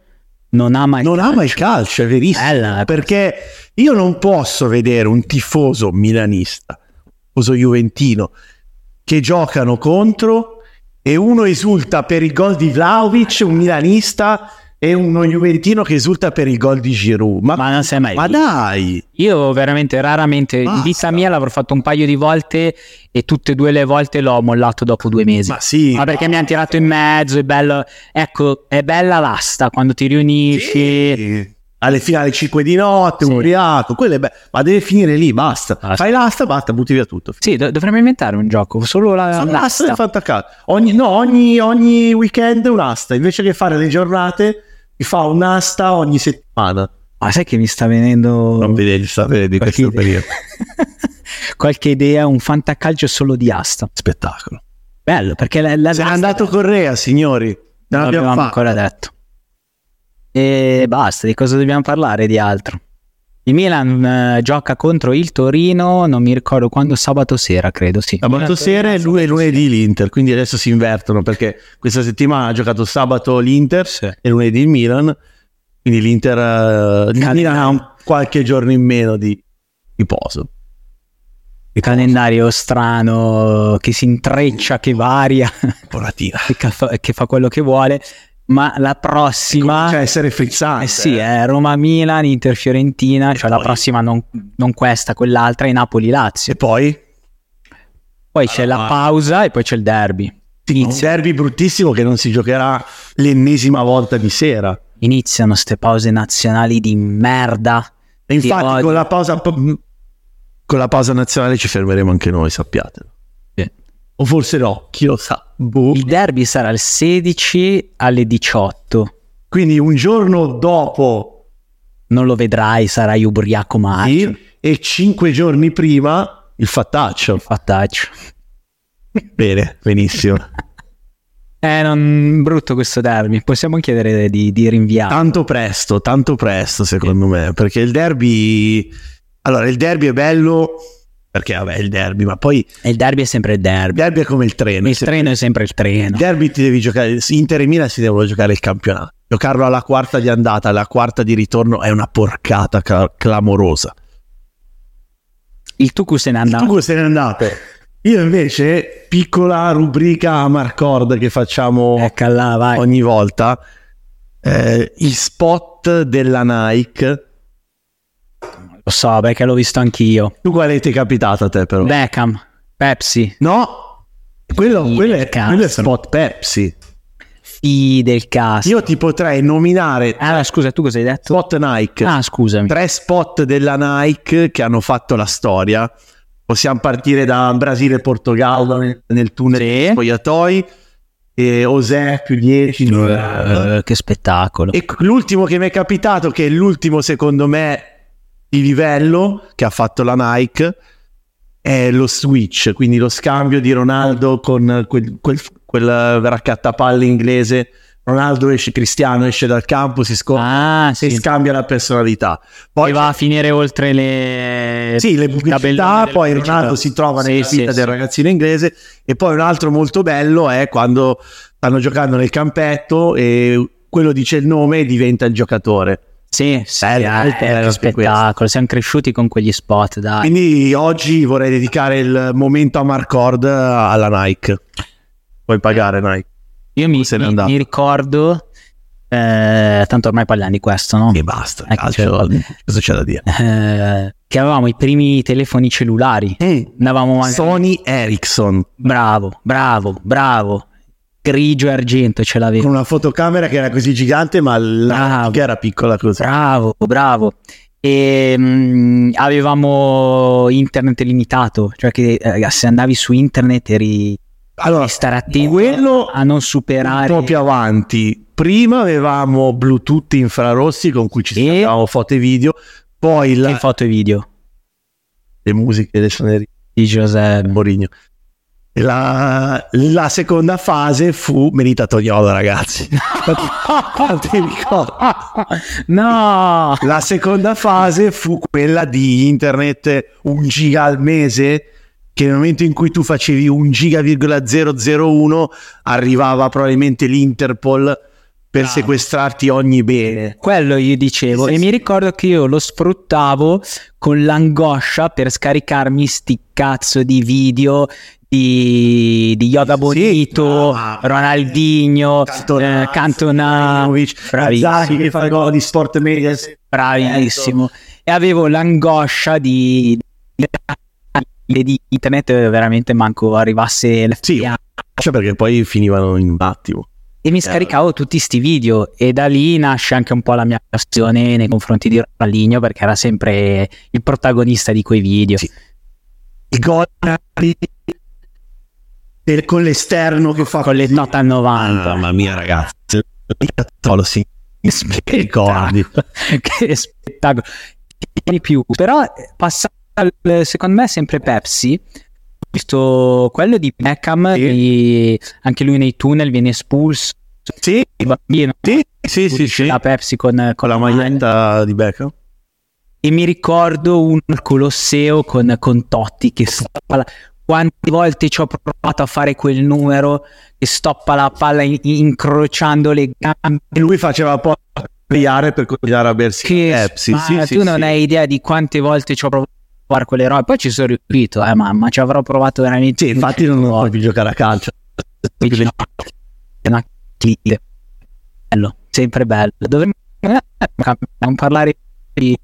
non ama il
non ama il calcio, è verissimo.
Bella, eh.
Perché io non posso vedere un tifoso milanista, un tifoso juventino, che giocano contro e uno esulta per il gol di Vlaovic, un milanista, e uno Juventino che esulta per il gol di Giroud. Ma,
ma non sei mai
ma
visto.
dai,
Io veramente raramente, in
Basta.
vita mia l'avrò fatto un paio di volte e tutte e due le volte l'ho mollato dopo due mesi.
ma sì,
Ma perché mi hanno tirato in mezzo, è bello. Ecco, è bella l'asta quando ti riunisci.
Sì. alle finali 5 di notte,
Sì.
ubriaco, quello è bello, ma deve finire lì, basta.
Basta.
Fai l'asta, basta, butti via tutto.
Sì, do- dovremmo inventare Eh, un gioco, solo la,
Sono l'asta
l'asta.
del fantacalcio. Ogni, no, ogni, ogni weekend un'asta, invece che fare le giornate, mi fa un'asta ogni settimana. Mm.
Ma sai che mi sta venendo
Non vedete sapere di
qualche,
questo periodo.
[laughs] qualche idea, un fantacalcio solo di asta.
Spettacolo.
Bello, perché la, la
Se n'è
l'asta-
Eh, andato Correa, signori. Non
non
abbiamo
l'abbiamo
fatto.
ancora detto. E basta, di cosa dobbiamo parlare di altro? Il Milan eh, gioca contro il Torino, non mi ricordo quando, sabato sera credo, sì.
Sabato sera e lu- e lunedì l'Inter, quindi adesso si invertono perché questa settimana ha giocato sabato l'Inter e lunedì il Milan, quindi l'Inter eh, il Milan ha un- qualche giorno in meno di riposo.
Il calendario strano che si intreccia, che varia, [laughs]
Poratina.
che, ca- che fa quello che vuole, ma la prossima...
Comincia a essere frizzante.
Eh sì,
eh.
Cioè, eh, Roma-Milan, Inter-Fiorentina, cioè la
poi-
prossima non, non questa, quell'altra, e Napoli-Lazio.
E poi
Poi c'è la
Alla-
pausa e poi c'è il derby.
un derby bruttissimo che non si giocherà l'ennesima volta di sera.
Iniziano ste pause nazionali di merda.
E
Sì,
infatti
odio.
con la pausa con la pausa nazionale ci fermeremo anche noi, sappiatelo. O forse no, chi lo sa. Boh.
Il derby sarà il 16 alle 18.
Quindi un giorno dopo
Non lo vedrai, sarai ubriaco mai.
Sì, e cinque giorni prima il fattaccio.
Fattaccio.
Bene,
[laughs]
benissimo.
Ah. Eh, non, brutto questo derby. Possiamo chiedere di, di rinviare.
Tanto presto, tanto presto secondo me, perché il derby... Allora, il derby è bello perché vabbè, è il derby, ma poi il
E Il derby è sempre il derby.
derby è come il treno.
Il
Se-
treno è sempre il
il
treno.
derby ti devi giocare, Inter e Milan si devono giocare il campionato. Giocarlo alla quarta di andata, alla quarta di ritorno è una porcata ca- clamorosa.
Il Tucu se n'è andato.
Tu se n'è andato. Io invece, piccola rubrica a Marcord che facciamo
Ecco là, vai.
ogni volta eh, i spot della Nike.
Lo so perché l'ho visto anch'io.
Tu quale ti è capitato a te però?
Beckham, Pepsi,
No, quello,
Sì,
quello è,
cazzo.
quello è spot Pepsi.
Fidel Castro.
Io ti potrei nominare
Ah, scusa, tu cosa hai detto?
spot Nike,
Ah, scusami.
tre spot della Nike che hanno fatto la storia. Possiamo partire da Brasile e Portogallo nel, nel tunnel
Sì.
degli spogliatoi, e Osè più 10.
Eh, che spettacolo.
E l'ultimo che mi è capitato, che è l'ultimo secondo me di livello che ha fatto la Nike, è lo switch, quindi lo scambio di Ronaldo con quel, quel, quel raccattapalle inglese. Ronaldo esce, Cristiano esce dal campo, si, scopre
ah,
e
sì.
scambia la personalità.
Poi
Poi
va a finire oltre le...
sì, le
Eh, il
pubblicità,
tabellone delle
poi
pubblicità.
Ronaldo si trova nelle
Sì,
vita
sì,
del
sì.
ragazzino inglese e poi un altro molto bello è quando stanno giocando nel campetto e quello dice il nome e diventa il giocatore.
Sì, sì,
Bello,
eh,
molto bello
che
anche
spettacolo. Siamo cresciuti con quegli spot, dai.
Quindi oggi vorrei dedicare il momento a Marcord alla Nike. Puoi pagare Nike.
Io mi,
se n'è
mi-
andato.
mi ricordo... eh, tanto ormai parliamo di questo, no?
E basta,
Ecco,
calcio. Cosa c'è da dire?
Eh, che avevamo i primi telefoni cellulari. Andavamo magari...
Sony Ericsson
Bravo, bravo, bravo. Grigio e argento ce l'avevo.
con una fotocamera che era così gigante ma la
Bravo.
che era piccola così.
Ah, Bravo, bravo. E, mm, avevamo internet limitato, cioè che eh, se andavi su internet eri
Allora,
devi stare attento
quello
a non
un
superare
po' più avanti. Prima avevamo Bluetooth infrarossi con cui ci
Sì.
scambiavamo foto e video, poi la-
le foto e video
le musiche, le suonerie.
di
[laughs]
Giuseppe.
Mourinho. La, la seconda fase fu Merita Tognolo, ragazzi. Quanti ricordi?
No,
La seconda fase fu quella di internet 1 giga al mese, che nel momento in cui tu facevi 1 giga,001 arrivava probabilmente l'Interpol per sequestrarti ogni bene.
Quello io dicevo
Sì,
e
sì.
mi ricordo che io lo sfruttavo con l'angoscia per scaricarmi sti cazzo di video di, di Yoda
Sì,
Bonito,
ah,
Ronaldinho,
Cantona,
eh, Cantona,
Ibrahimovic,
bravissimo.
Zaghi che fa gol di Sport Media.
bravissimo e avevo l'angoscia di, di, di internet eh, veramente manco arrivasse la
Sì. Cioè, perché poi finivano in un attimo.
e mi scaricavo tutti sti video e da lì nasce anche un po' la mia passione nei confronti di Ronaldinho perché era sempre il protagonista di quei video
Sì. I gol del- con l'esterno che fa
con le note al 90
Mamma mia, ragazzi. Cattolo, sì. Che ricordi.
che spettacolo di più però eh, passato al- secondo me sempre Pepsi ho visto quello di Beckham
Sì.
che anche lui nei tunnel viene espulso
Sì,
il bambino
sì, sì, sì,
la Pepsi con,
Con la maglietta di Beckham.
e mi ricordo un al Colosseo con, con Totti che stoppa la- quante volte ci ho provato a fare quel numero che stoppa la palla in- incrociando le gambe
E lui faceva poi pigliare per continuare a bersi
che
la Pepsi.
ma
Sì,
tu
sì,
non
sì.
hai idea di quante volte ci ho provato a fare quelle robe poi ci sono riuscito eh mamma ci avrò provato veramente
Sì, infatti non ho più giocare a calcio.
Vicino- una clide. bello sempre bello dovremmo eh, non parlare di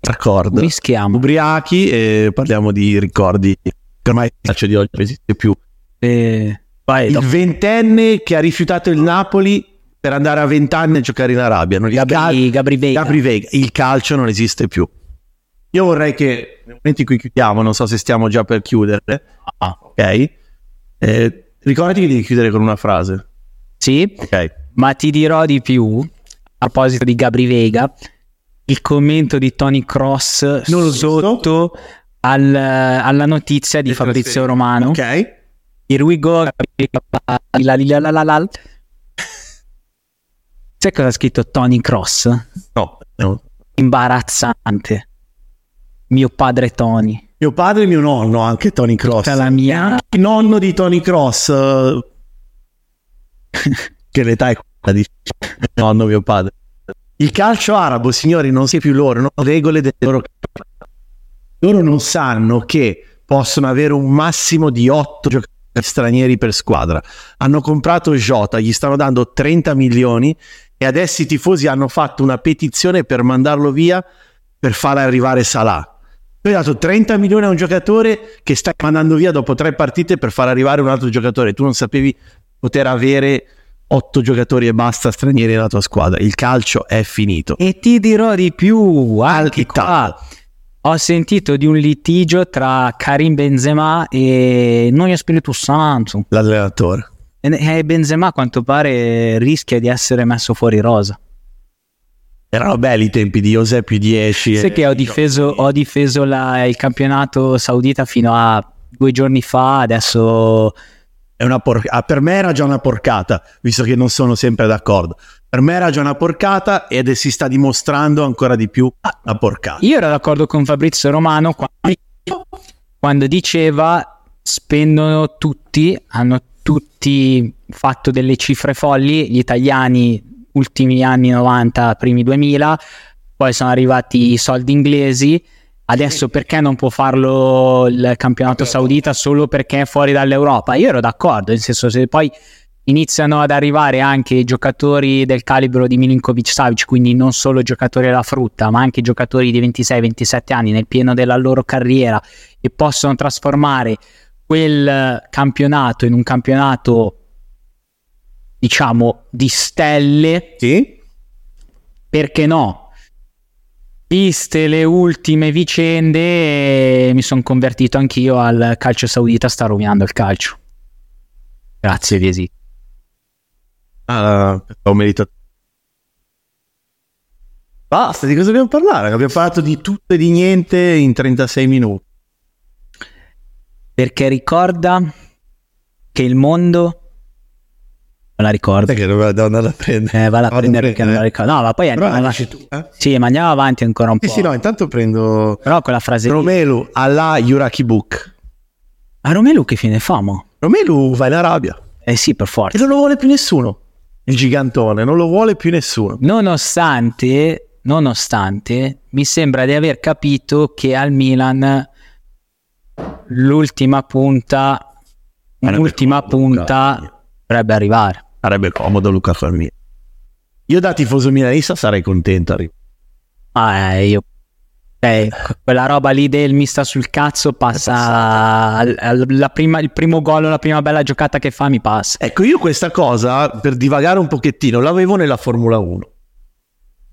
D'accordo.
mischiamo
Ubriachi e parliamo di ricordi. che Ormai il calcio di oggi non esiste più.
Eh, vai
Il
dopo.
ventenne che ha rifiutato il Napoli per andare a vent'anni a giocare in Arabia. Non- il cal-
Gabri, Gabri Veiga.
Gabri Veiga, il calcio non esiste più. Io vorrei che nel momento in cui chiudiamo, non so se stiamo già per chiudere,
Ah.
ok? Eh, ricordati che devi chiudere con una frase,
Sì,
ok?
ma ti dirò di più a proposito di Gabri Vega. Il commento di Tony Cross
Non l'ho
sotto al- alla notizia di
Del
Fabrizio
trasferimento.
Romano.
Ok?
Il Ruigo la, la, la, la, la. Sai cosa ha scritto Tony Cross?
No. no.
Imbarazzante. Mio padre Tony.
Mio padre e mio nonno, anche Tony Cross.
Tutta la mia.
Il nonno di Tony Cross, eh, [laughs] che l'età è quella di nonno mio padre. Il calcio arabo, signori, non si più loro, no? regole del loro calcio. Loro non sanno che possono avere un massimo di 8 giocatori stranieri per squadra. Hanno comprato Jota, gli stanno dando 30 milioni e adesso i tifosi hanno fatto una petizione per mandarlo via per far arrivare Salah. Tu hai dato 30 milioni a un giocatore che stai mandando via dopo tre partite per far arrivare un altro giocatore. Tu non sapevi poter avere otto giocatori e basta stranieri nella tua squadra. Il calcio è finito.
E ti dirò di più, anche
Alchità.
qua ho sentito di un litigio tra Karim Benzema e Noia Spiritus Santo.
L'allenatore.
E e Benzema a quanto pare rischia di essere messo fuori rosa.
Erano belli i tempi di José più 10.
Sai che ho difeso, ho difeso la- il campionato saudita fino a due giorni fa, adesso
È una por- ah, per me era già una porcata, visto che non sono sempre d'accordo. Per me era già una porcata ed è- si sta dimostrando ancora di più una porcata.
Io ero d'accordo con Fabrizio Romano qua- quando diceva spendono tutti, hanno tutti fatto delle cifre folli, gli italiani ultimi anni 90, primi 2000, poi sono arrivati i soldi inglesi, adesso perché non può farlo il campionato saudita solo perché è fuori dall'Europa? Io ero d'accordo, nel senso se poi iniziano ad arrivare anche giocatori del calibro di Milinkovic Savic, quindi non solo giocatori alla frutta, ma anche giocatori di 26-27 anni nel pieno della loro carriera e possono trasformare quel campionato in un campionato diciamo di stelle
Sì?
perché no? Viste le ultime vicende, eh, mi sono convertito anch'io al calcio saudita, sta rovinando il calcio. Grazie, Viesi.
Ah, ho meritato. Basta, di cosa dobbiamo parlare? Abbiamo parlato di tutto e di niente in 36 minuti.
Perché ricorda che il mondo non la ricorda.
Guarda che doveva devo andare a prendere.
Eh, vada a
Vado a
prendere perché non la
prendere.
ricorda. No, ma poi
Però
andiamo
dici
avanti.
tu, eh?
Sì, ma andiamo avanti ancora un
Sì,
po'.
sì, no, intanto prendo
Però quella frase lì.
Romelu alla Yuraki Book.
Ma Ah, Romelu che fine fa, mo?
Romelu va in Arabia
Eh sì, per
e
forza.
non lo vuole più nessuno. il gigantone, non lo vuole più nessuno.
Nonostante, nonostante, mi sembra di aver capito che al Milan l'ultima punta,
Era Ah, per
l'ultima
comodo,
punta
cavolo.
dovrebbe arrivare.
Sarebbe comodo Luca Fermini. Io da tifoso milanista sarei contento. arri-
Ah, eh, io. eh, que- quella roba lì del mi sta sul cazzo passa. al- al- la prima- il primo gol o la prima bella giocata che fa mi passa.
Ecco, io questa cosa, per divagare un pochettino, l'avevo nella Formula 1.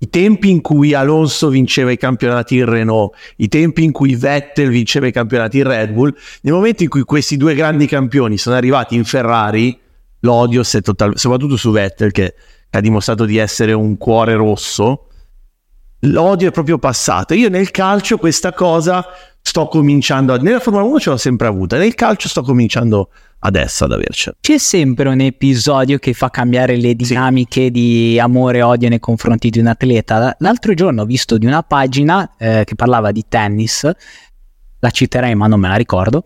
I tempi in cui Alonso vinceva i campionati in Renault, i tempi in cui Vettel vinceva i campionati in Red Bull, nel momento in cui questi due grandi campioni sono arrivati in Ferrari, l'odio si è totalmente, soprattutto su Vettel che ha dimostrato di essere un cuore rosso, l'odio è proprio passato. Io nel calcio questa cosa sto cominciando, a- nella Formula 1 ce l'ho sempre avuta, nel calcio sto cominciando adesso ad avercela.
C'è sempre un episodio che fa cambiare le dinamiche di amore e odio nei confronti di un atleta. L- L'altro giorno ho visto di una pagina eh, che parlava di tennis, la citerei ma non me
[laughs]
la ricordo,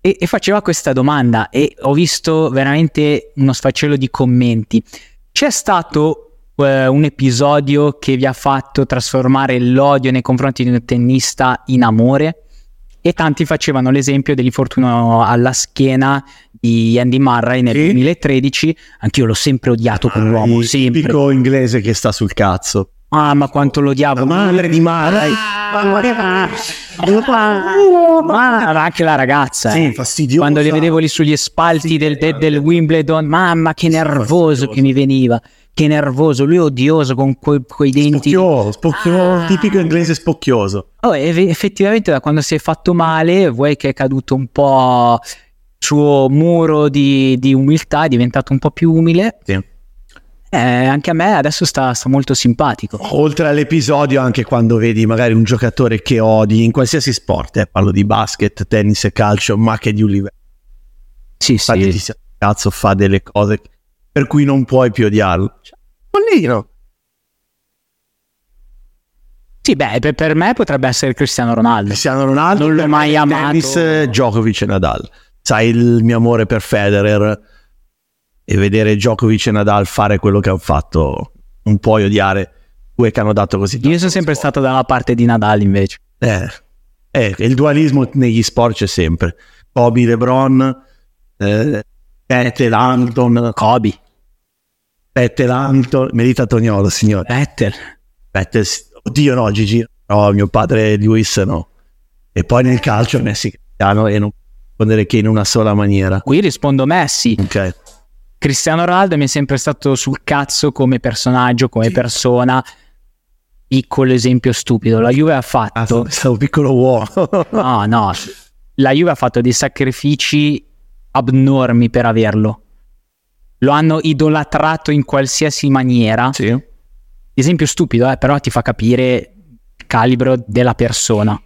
e, e faceva questa domanda e ho visto veramente uno sfaccello di commenti. C'è stato eh, un episodio che vi ha fatto trasformare l'odio nei confronti di un tennista in amore? E tanti facevano l'esempio dell'infortunio alla schiena di Andy Murray nel
Sì. Ah,
2013. Anch'io l'ho sempre odiato quell'uomo,
il
sempre.
tipico inglese che sta sul cazzo.
Ah, ma quanto lo odiavo.
di Mara.
Ma era anche la ragazza. eh.
fastidioso.
Quando li vedevo lì sugli spalti del, del- del Wimbledon, mamma che nervoso che mi veniva. Che nervoso, lui odioso con que- quei denti.
Spocchioso, spocchioso,
Ah.
tipico inglese spocchioso.
Oh, e ve- effettivamente da quando si è fatto male, vuoi che è caduto un po' il suo muro di, di umiltà, è diventato un po' più umile. Eh, anche a me adesso sta, sta molto simpatico.
Oltre all'episodio, anche quando vedi magari un giocatore che odi in qualsiasi sport, eh, parlo di basket, tennis e calcio, ma che di un livello.
Sì,
Infatti
sì.
ti si- cazzo fa delle cose per cui non puoi più odiarlo. Cioè, Pollino.
Sì, beh, per, per me potrebbe essere Cristiano Ronaldo.
Cristiano Ronaldo
Non l'ho
per
mai
me nel
amato.
tennis, eh, Djokovic e Nadal sai il mio amore per Federer e vedere Djokovic e Nadal fare quello che hanno fatto non puoi odiare due che hanno dato così tanto
Io sono sempre
sport.
stato dalla parte di Nadal invece.
eh, eh, il dualismo negli sport c'è sempre Kobe, LeBron eh, Vettel, Hamilton
Kobe,
Vettel, Hamilton Merita Toniolo signore
Vettel.
Vettel sì. oddio no Gigi no mio padre Lewis no e poi nel calcio Messi Cristiano e non puoi rispondere che in una sola maniera
Qui rispondo Messi.
ok
Cristiano Ronaldo mi è sempre stato sul cazzo come personaggio, come persona. Piccolo esempio stupido. La Juve ha
Ah,
fatto...
st- stavo piccolo uomo.
No, no. La Juve ha fatto dei sacrifici abnormi per averlo. Lo hanno idolatrato in qualsiasi
[laughs]
maniera.
sì.
Esempio stupido, eh, però ti fa capire il calibro della persona.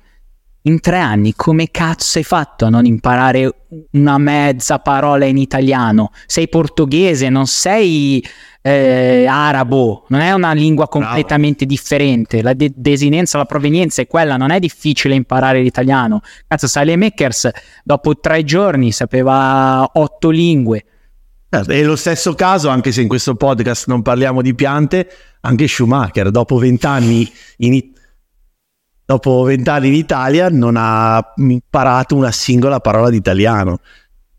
In tre anni, come cazzo hai fatto a non imparare una mezza parola in italiano? Sei portoghese, non sei eh, arabo, non è una lingua completamente differente. La de- desinenza, la provenienza è quella, non è difficile imparare l'italiano. Cazzo, Makers dopo tre giorni sapeva otto lingue.
Certo, E lo stesso caso, anche se in questo podcast non parliamo di piante, anche Schumacher, dopo vent'anni in, It- dopo 20 anni in Italia, non ha imparato una singola parola di italiano.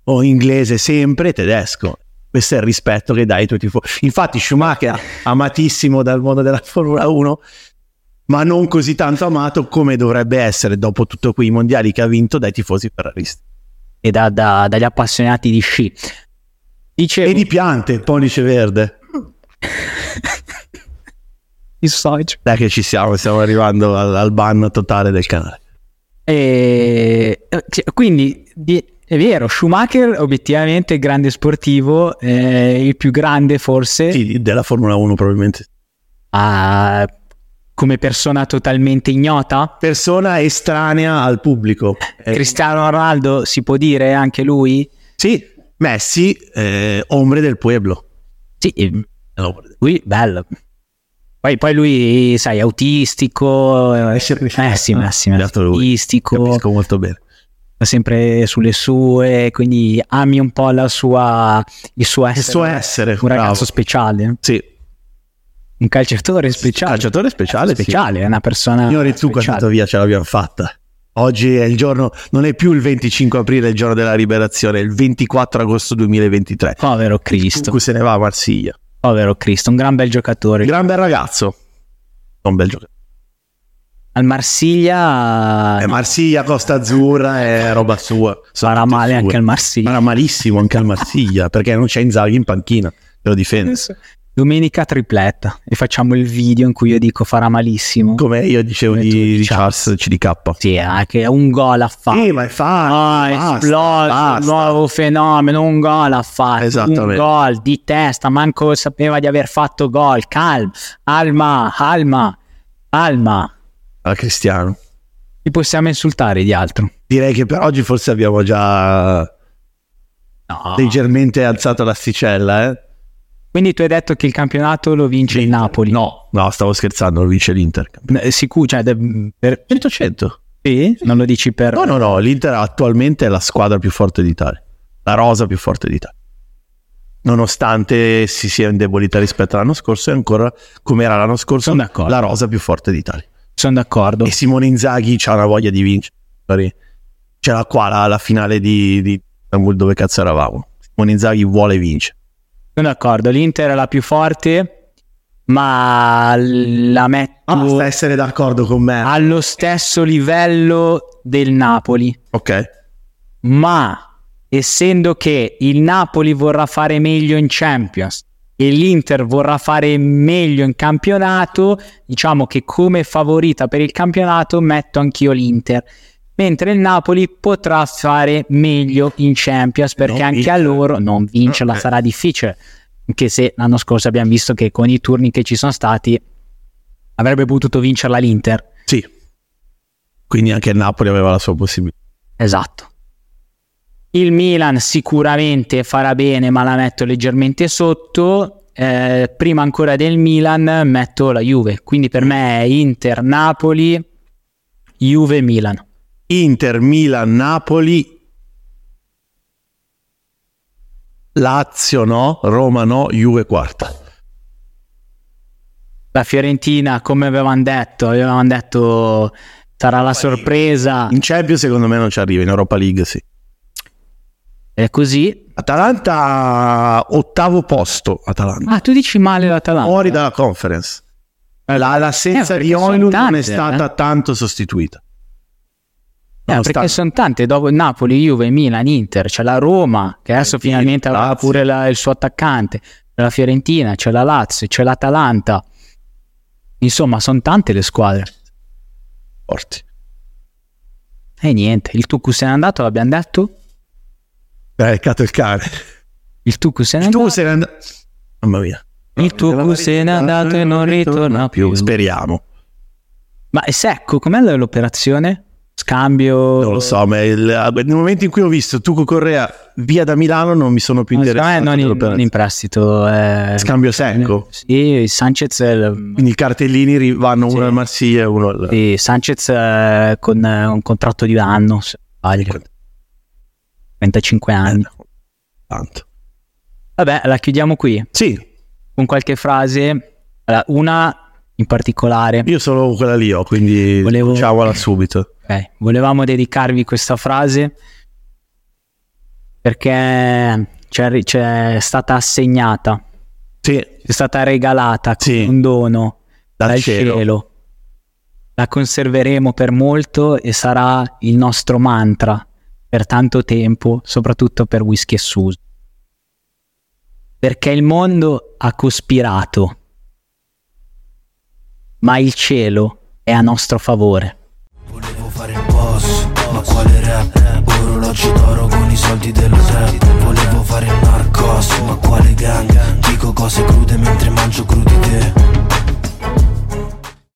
O inglese sempre, e tedesco. Questo è il rispetto che dai ai tuoi tifosi. Infatti Schumacher, amatissimo dal mondo della Formula 1, ma non così tanto amato come dovrebbe essere dopo tutti quei mondiali che ha vinto dai tifosi ferraristi.
E da- da- dagli appassionati di sci. Dicevo,
E di piante, pollice verde.
[laughs]
Dai che ci siamo, stiamo arrivando al, al ban totale del canale.
E, eh, cioè, quindi di- è vero, Schumacher obiettivamente grande sportivo, eh, il più grande forse,
Sì, della Formula 1 probabilmente.
ah, come persona totalmente ignota.
Persona estranea al pubblico. Eh,
Cristiano Ronaldo si può dire anche lui?
sì, Messi, eh, ombre del pueblo.
Sì, eh,
Ombre del-
lui bello. Poi, poi lui, sai, autistico, eh, eh, sì,
Capisco
sì, sì,
Dato Esatto, lui.
autistico,
molto bene.
va sempre sulle sue, quindi ami un po' la sua, il suo essere,
suo essere,
un
bravo.
ragazzo speciale,
Sì,
un calciatore speciale.
calciatore speciale, sì.
speciale, è una persona
Signori, tu
Ah, speciale.
quanto via ce l'abbiamo fatta. Oggi è il giorno, non è più il 25 aprile, il giorno della liberazione, è il 24 agosto 2023.
Povero Cristo,
Cucu se ne va a Marsiglia.
povero Cristo, un gran bel giocatore.
Gran bel ragazzo. Non bel giocatore.
Al Marsiglia
Eh, Marsiglia, Costa Azzurra, è roba sua. Sono
farà
tutte
male
sue.
anche al Marsiglia.
Farà malissimo anche al Marsiglia, perché non c'è Inzaghi in panchina. Te lo difendo.
Domenica tripletta e facciamo il video in cui io dico farà malissimo.
Come io dicevo
Come
di,
tu di
di Charles CDK.
Sì, anche un gol ha fatto.
ma è fatto.
Ah,
basta,
esploso,
basta.
nuovo fenomeno, un gol ha fatto, un
Esattamente.
gol di testa, manco sapeva di aver fatto gol, calma, alma, alma, alma,
A Ah, Cristiano.
li possiamo insultare di altro?
Direi che per oggi forse abbiamo già
Ah. No.
leggermente alzato l'asticella, eh?
Quindi tu hai detto che il campionato lo vince il Napoli?
No, no, stavo scherzando, lo vince l'Inter.
Eh, Sicuro, cioè, de- per...
100-100.
sì? non lo dici per...
No, no, no, l'Inter attualmente è la squadra più forte d'Italia, la rosa più forte d'Italia. Nonostante si sia indebolita rispetto all'anno scorso, è ancora come era l'anno scorso,
Sono d'accordo.
la rosa più forte d'Italia.
Sono d'accordo.
E Simone Inzaghi c'ha una voglia di vincere. C'era qua la, la finale di, di Istanbul dove cazzo eravamo. Simone Inzaghi vuole vincere.
Sono d'accordo, l'Inter è la più forte, ma la metto
Ah, essere d'accordo con me.
allo stesso livello del Napoli.
Ok.
ma essendo che il Napoli vorrà fare meglio in Champions e l'Inter vorrà fare meglio in campionato, diciamo che come favorita per il campionato metto anch'io l'Inter. Mentre il Napoli potrà fare meglio in Champions perché
Non
anche a
vincerla.
loro non vincerla
Eh.
sarà difficile. Anche se l'anno scorso abbiamo visto che con i turni che ci sono stati avrebbe potuto vincerla l'Inter.
Sì. Quindi anche il Napoli aveva la sua possibilità.
Esatto. Il Milan sicuramente farà bene, ma la metto leggermente sotto. Eh, prima ancora del Milan metto la Juve. Quindi per me è Inter, Napoli, Juve, Milan.
Inter, Milan, Napoli, Lazio no, Roma no, Juve quarta.
La Fiorentina, come avevamo detto, avevamo detto sarà la sorpresa.
In Champions secondo me non ci arriva, in Europa League sì.
È così.
Atalanta ottavo posto, Atalanta.
Ah, tu dici male l'Atalanta.
Fuori dalla conference. La- l'assenza
Ah, Eh, perché
di
sono
Oilun non
tante,
è stata tanto sostituita.
Eh, perché
Nonostante-
sono tante, dopo il Napoli, Juve, Milan, Inter, c'è la Roma che adesso
Eh, sì,
finalmente avrà
Lazio.
pure la- il suo attaccante, c'è la Fiorentina, c'è la Lazio, c'è l'Atalanta. Insomma, sono tante le squadre.
forti.
E niente, il Tucu se n'è andato, l'abbiamo detto?
Eh, cato il cane.
Il Tucu se
Il
n'è andato.
tuo se n'è andato. Mamma mia.
Eh, Il Tucu se n'è andato e non ritorna più.
Speriamo.
Ma è secco, com'è l- l'operazione? Scambio?
Non lo so, ma il- eh, nel momento in cui ho visto Tuco Correa via da Milano non mi sono più
No, secondo me
interessato.
non, in,
per-
non in prestito. eh.
Scambio secco.
Sì, Sanchez... eh, è il-
Quindi i cartellini ri- vanno uno al Marsiglia e uno al...
Sì, Sanchez eh, con eh, un contratto di un anno, se non sbaglio. 35 anni.
Tanto.
Vabbè, la chiudiamo qui
Sì,
con qualche frase. Allora, una in particolare,
io solo quella lì ho, quindi
Volevo-
diciamola subito.
ok, volevamo dedicarvi questa frase perché c'è, ri- c'è stata assegnata,
Sì,
c'è stata regalata come
Sì.
un dono
dal,
dal
cielo.
cielo. La conserveremo per molto e sarà il nostro mantra per tanto tempo, soprattutto per Whisky e Suso. Perché il mondo ha cospirato, ma il cielo è a nostro favore.
Volevo fare il boss, ma quale rap? Orologi d'oro con i soldi dello trap Volevo fare il narcos, ma quale gang? Dico cose crude mentre mangio crudo